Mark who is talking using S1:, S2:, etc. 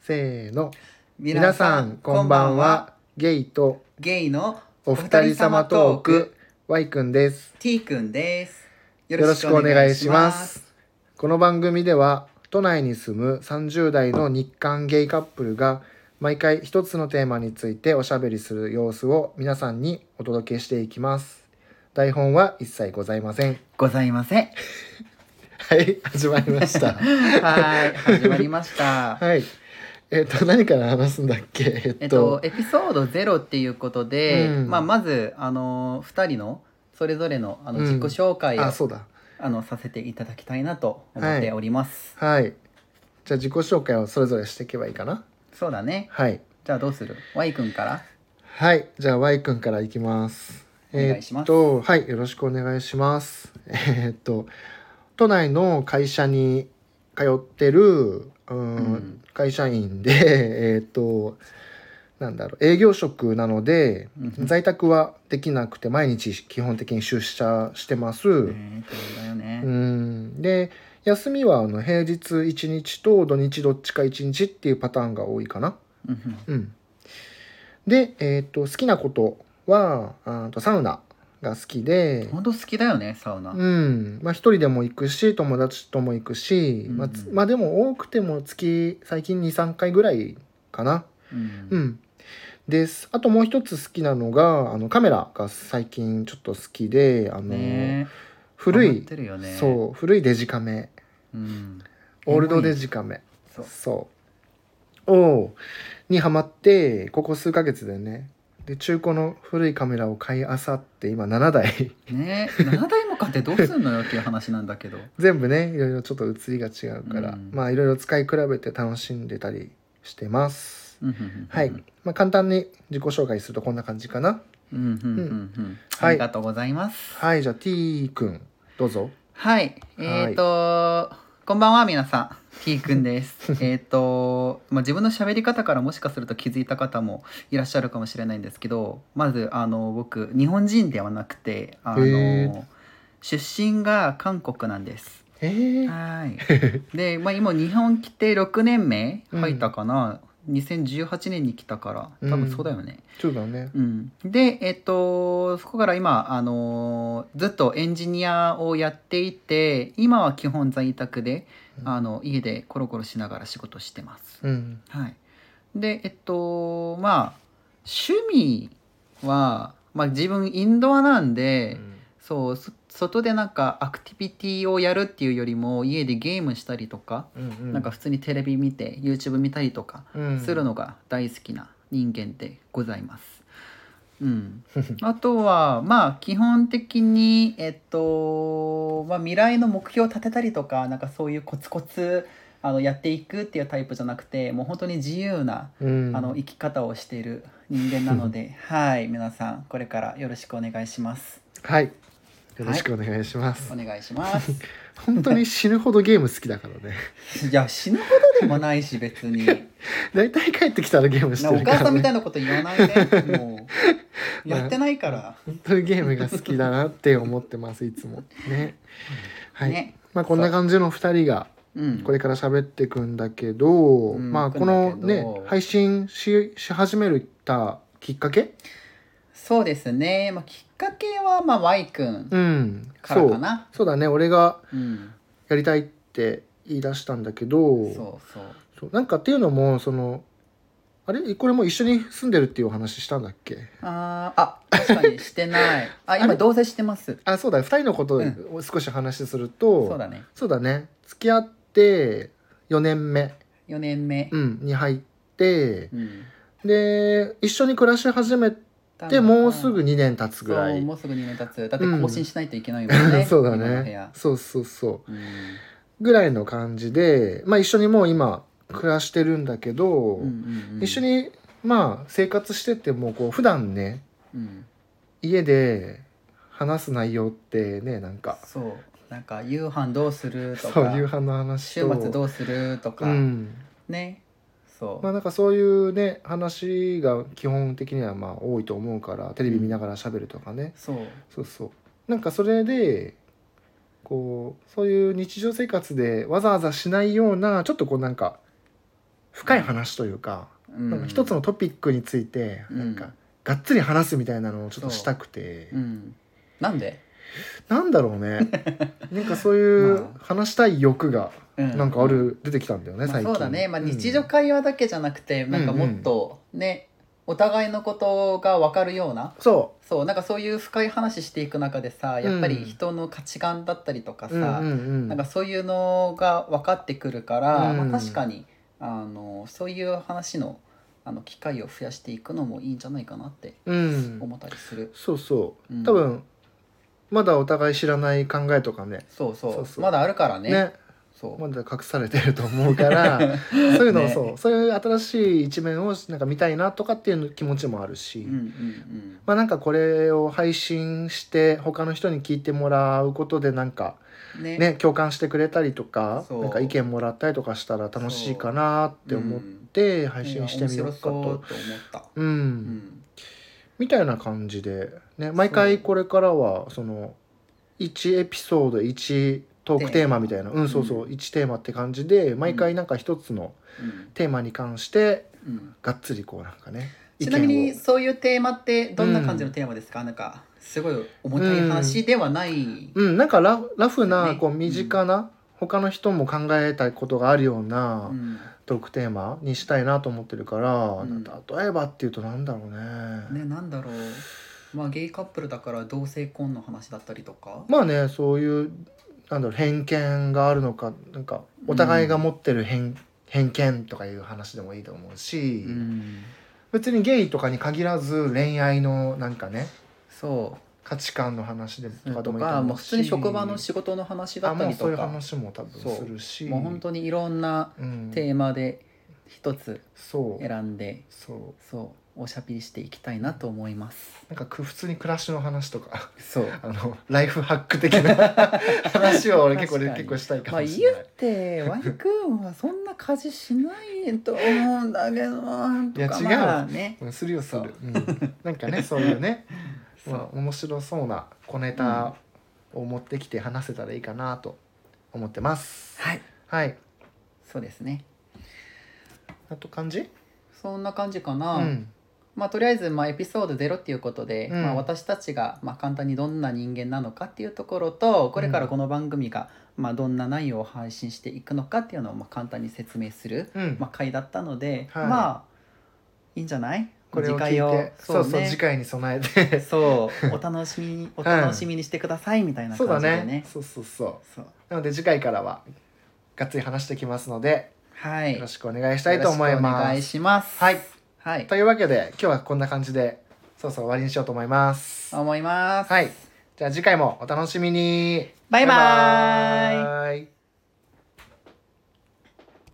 S1: せーの
S2: 皆
S1: 皆
S2: さ
S1: さ
S2: ん
S1: ん
S2: こ
S1: こ
S2: ん
S1: ん
S2: ば
S1: ば
S2: ん
S1: ん
S2: は
S1: はゲイと
S2: ゲイの
S1: お二人様トーク Y くんです
S2: T 君ですよ
S1: よろしくお願いしますこの番組では都内に住む30代の日韓ゲイカップルが毎回一つのテーマについておしゃべりする様子を皆さんにお届けしていきます台本は一切ございません
S2: ございません
S1: はい始まりました
S2: はい始まりました
S1: はいえっ、と何から話すんだっけえっと,、
S2: えっとエピソードゼロっていうことで、
S1: うん
S2: まあまずあの二人のそれぞれのあの
S1: うん
S2: 自己紹介を、
S1: あそうだ
S2: あのさせていただきたいなと思っております、
S1: はいじゃあ自己紹介をそれぞれしていけばいいかな
S2: そうだね
S1: はい
S2: じゃあどうする Y 君から
S1: はい、じゃあ Y 君からいきます。
S2: お願いしま
S1: えーっ
S2: す
S1: と、はい、よろしくお願いします。 えーっと、都内の会社に通ってる、うーん
S2: うん
S1: 会社員で、 えーっと、なんだろう、営業職なので、
S2: うんうん
S1: 在宅はできなくて、毎日基本的に出社してます。
S2: えーそうだよね、
S1: うんで、休みはあの平日1日と土日どっちか1日っていうパターンが多いかな。
S2: うんうん
S1: うん、で、えー、と好きなことはあーとサウナが好きで、
S2: 本当好きだよねサウナ、
S1: うんまあ、一人でも行くし友達とも行くし、まあ、つ
S2: うん
S1: まあでも多くても月最近23回ぐらいかな。
S2: うん
S1: うんですあともう一つ好きなのがあのカメラが最近ちょっと好きであの、
S2: ね
S1: 古
S2: ハマっ
S1: い、
S2: てるよね
S1: そう古いデジカメ
S2: う、ん、
S1: オールドデジカメ
S2: そう
S1: そうをにハマってここ数ヶ月でねで中古の古いカメラを買いあさって今7台
S2: ねえ7台も買ってどうすんのよっていう話なんだけど
S1: 全部ねいろいろちょっと写りが違うから、
S2: うん
S1: まあいろいろ使い比べて楽しんでたりしてます、
S2: うんうんうんうん
S1: はい、まあ、簡単に自己紹介するとこんな感じかな
S2: うんうんうんうん
S1: はい
S2: ありがとうございます
S1: はいじゃあ T 君どうぞ
S2: はいえ
S1: はい
S2: ーとこんばんは皆さん T 君です えっと、まあ、自分の喋り方からもしかすると気づいた方もいらっしゃるかもしれないんですけどまずあの僕日本人ではなくてあ
S1: へー
S2: の出身が韓国なんです
S1: えー、
S2: はい。で、まあ、今日本来て6年目
S1: うん
S2: 入ったかな、2018年に来たから多分そうだよね。
S1: そうだね
S2: うんでえっとそこから今、あのーずっとエンジニアをやっていて今は基本在宅で、
S1: うん
S2: あの家でコロコロしながら仕事してます。
S1: うん
S2: はい、でえっとまあ趣味は、まあ、自分インドアなんで、そうそ外でなんかアクティビティをやるっていうよりも家でゲームしたりとか、
S1: うんうん
S2: なんか普通にテレビ見て YouTube 見たりとか
S1: うん
S2: するのが大好きな人間でございます。うん、あとはまあ基本的にえっと、まあ、未来の目標を立てたりとかなんかそういうコツコツあのやっていくっていうタイプじゃなくてもう本当に自由な
S1: うん
S2: あの生き方をしている人間な のではい皆さんこれからよろしくお願いします。
S1: はいよろしくお願いします、
S2: お願いします。
S1: 本当に死ぬほどゲーム好きだからね
S2: いや死ぬほどでもないし別 に。
S1: 大体帰ってきたらゲームして
S2: なお
S1: るから、
S2: 母
S1: ね、
S2: さんみたいなこと言わない で。もう
S1: まあ
S2: やってないから。
S1: 本当にゲームが好きだなって思ってますいつもねはい、
S2: ね。
S1: まあこんな感じの2人が
S2: うん。
S1: これから喋っていくんだけど、
S2: うん
S1: まあこの
S2: くんだけ
S1: ね
S2: ど
S1: 配信しし始めたきっかけ
S2: そうですね。まあきっかけはまあ Y 君
S1: うん
S2: からか
S1: そう
S2: な。
S1: そうだね俺が
S2: うん。
S1: やりたいって言い出したんだけど
S2: そうそう。
S1: そうなんかっていうのもそのあれこれも一緒に住んでるっていうお話したんだっけ
S2: あーあ確かにして ない。あ
S1: あ
S2: 今
S1: れ
S2: 同棲してます。
S1: あそうだ2人のこと
S2: うん
S1: を少し話すると、
S2: そうだね。
S1: そうだね付き合って4年目、
S2: 四年目。
S1: うん、に入って
S2: うん。
S1: で一緒に暮らし始めてもうすぐ2年経つぐら
S2: そう
S1: い
S2: もうすぐ2年経つだって更新しないといけないもんね、
S1: そうだ
S2: 今の部屋
S1: ねそうそうそ
S2: うん
S1: うぐらいの感じでまあ一緒にもう今暮らしてるんだけど、
S2: うんうんうん
S1: 一緒、にまあ生活しててもこう普段ね
S2: うん、
S1: 家で話す内容ってねなんか
S2: そうなんか夕飯どうすると
S1: そう
S2: か
S1: 夕飯の話
S2: 週
S1: と
S2: 末どうするとか、
S1: うん
S2: ねそう、
S1: まあなんかそういうね話が基本的にはまあ多いと思うからテレビ見ながら喋るとかね、
S2: そう
S1: そうそうなんかそれでこうそういう日常生活でわざわざしないようなちょっとこうなんか深い話というか、
S2: うん
S1: なんか一つのトピックについてなん
S2: うん
S1: かがっつり話すみたいなのをちょっとしたくて、
S2: うん、なんで、
S1: なんだろうね なんかそういう
S2: まあ
S1: 話したい欲が
S2: う
S1: なんかある、出てきたんだよね、
S2: まあ
S1: 最近
S2: そうだね、まあ、
S1: うん
S2: 日常会話だけじゃなくて、なんかもっとねお互いのことが分かるような
S1: そ
S2: そうなんかそういう深い話していく中でさやっぱ
S1: うん
S2: り人の価値観だったりとか
S1: う
S2: さ、
S1: うんうんうん
S2: なんかそういうのが分かってくるから、
S1: うん
S2: まあ、確かにあのそういう話のあの機会を増やしていくのもいいんじゃないかなって
S1: うん
S2: 思ったりする。
S1: そうそう、
S2: うん
S1: 多分まだお互い知らない考えとかね
S2: そうそう
S1: そうそう
S2: まだあるからね
S1: ね
S2: そう、
S1: まだ隠されてると思うからそういうのを、
S2: ね
S1: そうそういう新しい一面をなんか見たいなとかっていう気持ちもあるし、
S2: うんうんうん、
S1: まあなんかこれを配信して他の人に聞いてもらうことでなんか
S2: ね
S1: ね共感してくれたりとか
S2: そう
S1: なんか意見もらったりとかしたら楽しいかなって思って配信してみようか
S2: いや面白そうと思っ
S1: と。
S2: た、
S1: うん
S2: うん、
S1: みたいな感じで、ね、毎回これからはその1エピソード1トークテーマみたいなうんそうそうう1テーマって感じで毎回なんか一つの
S2: うん
S1: テーマに関して
S2: うん、
S1: がっつりこうなんかね
S2: ちなみ
S1: 意
S2: に
S1: 見を
S2: そういうテーマってどんな感じのテーマですか、なんかすごい重たい話ではない、
S1: うん、なんかラフラフな
S2: ね
S1: こう身近な、他の人も考えたいことがあるような
S2: うん
S1: トークテーマにしたいなと思ってるから、
S2: うん
S1: 例えばっていうとなんだろうね
S2: ねなんだろうまあゲイカップルだから同性婚の話だったりとか、
S1: まあねそういうなんだろう偏見があるのかなんかお互いが持ってる偏,、偏見とかいう話でもいいと思うし、
S2: うん、
S1: 別にゲイとかに限らず恋愛のなんかね
S2: そ
S1: 価値観の話で
S2: う
S1: とかで
S2: と
S1: もいいと
S2: か
S1: 思
S2: も
S1: う
S2: う
S1: し
S2: 普通に職場の仕事の話だ
S1: あ
S2: った
S1: もう
S2: りと
S1: そういう
S2: かも
S1: 話も多分するし
S2: う本当にいろんな
S1: うん
S2: テーマで一つ
S1: そう
S2: 選んで
S1: そう
S2: そうおしゃべりしていきたいなと思います
S1: なんかく普通に暮らしの話とか
S2: そう
S1: あのライフハック的な話を俺結構
S2: 確かに
S1: 結構したいか
S2: まあ
S1: も
S2: 言
S1: しれない。
S2: ってワニくんはそんな家事しないと思うんだけどなとか
S1: いや違う
S2: まあね
S1: うんするよする、うん、なんか ねそういうね、まあ、面白そうな小ネタを持ってきて話せたらいいかなと思ってます、
S2: はい
S1: はい
S2: そうですね
S1: あと感じ
S2: そんな感じか
S1: う
S2: な、
S1: ん
S2: まあ、とりあえずまあエピソード0っていうことで、
S1: うん
S2: まあ、私たちがまあ簡単にどんな人間なのかっていうところとこれからこの番組がまあどんな内容を配信していくのかっていうのをまあ簡単に説明する、
S1: うん、
S2: まあ、回だったので、
S1: はい
S2: まあいいんじゃない
S1: これを聞い
S2: 次回
S1: て
S2: そ,、
S1: そううそう
S2: ね、
S1: 次回に備えて
S2: そうお楽しみにお楽しみにしてくださいみたいな
S1: そう
S2: 感
S1: だ
S2: じでね,、
S1: ねそうそうそう
S2: そう
S1: なので次回からはがっつり話してきますので
S2: はい
S1: よろしくお願いしたいと思い
S2: よろしくお
S1: ま
S2: 願い
S1: す。
S2: します
S1: はい、
S2: はい、
S1: というわけで今日はこんな感じでそうそう終わりにしようと思います。
S2: 思います、
S1: はい、じゃあ次回もお楽しみに。
S2: バイバーイ
S1: バイバーイ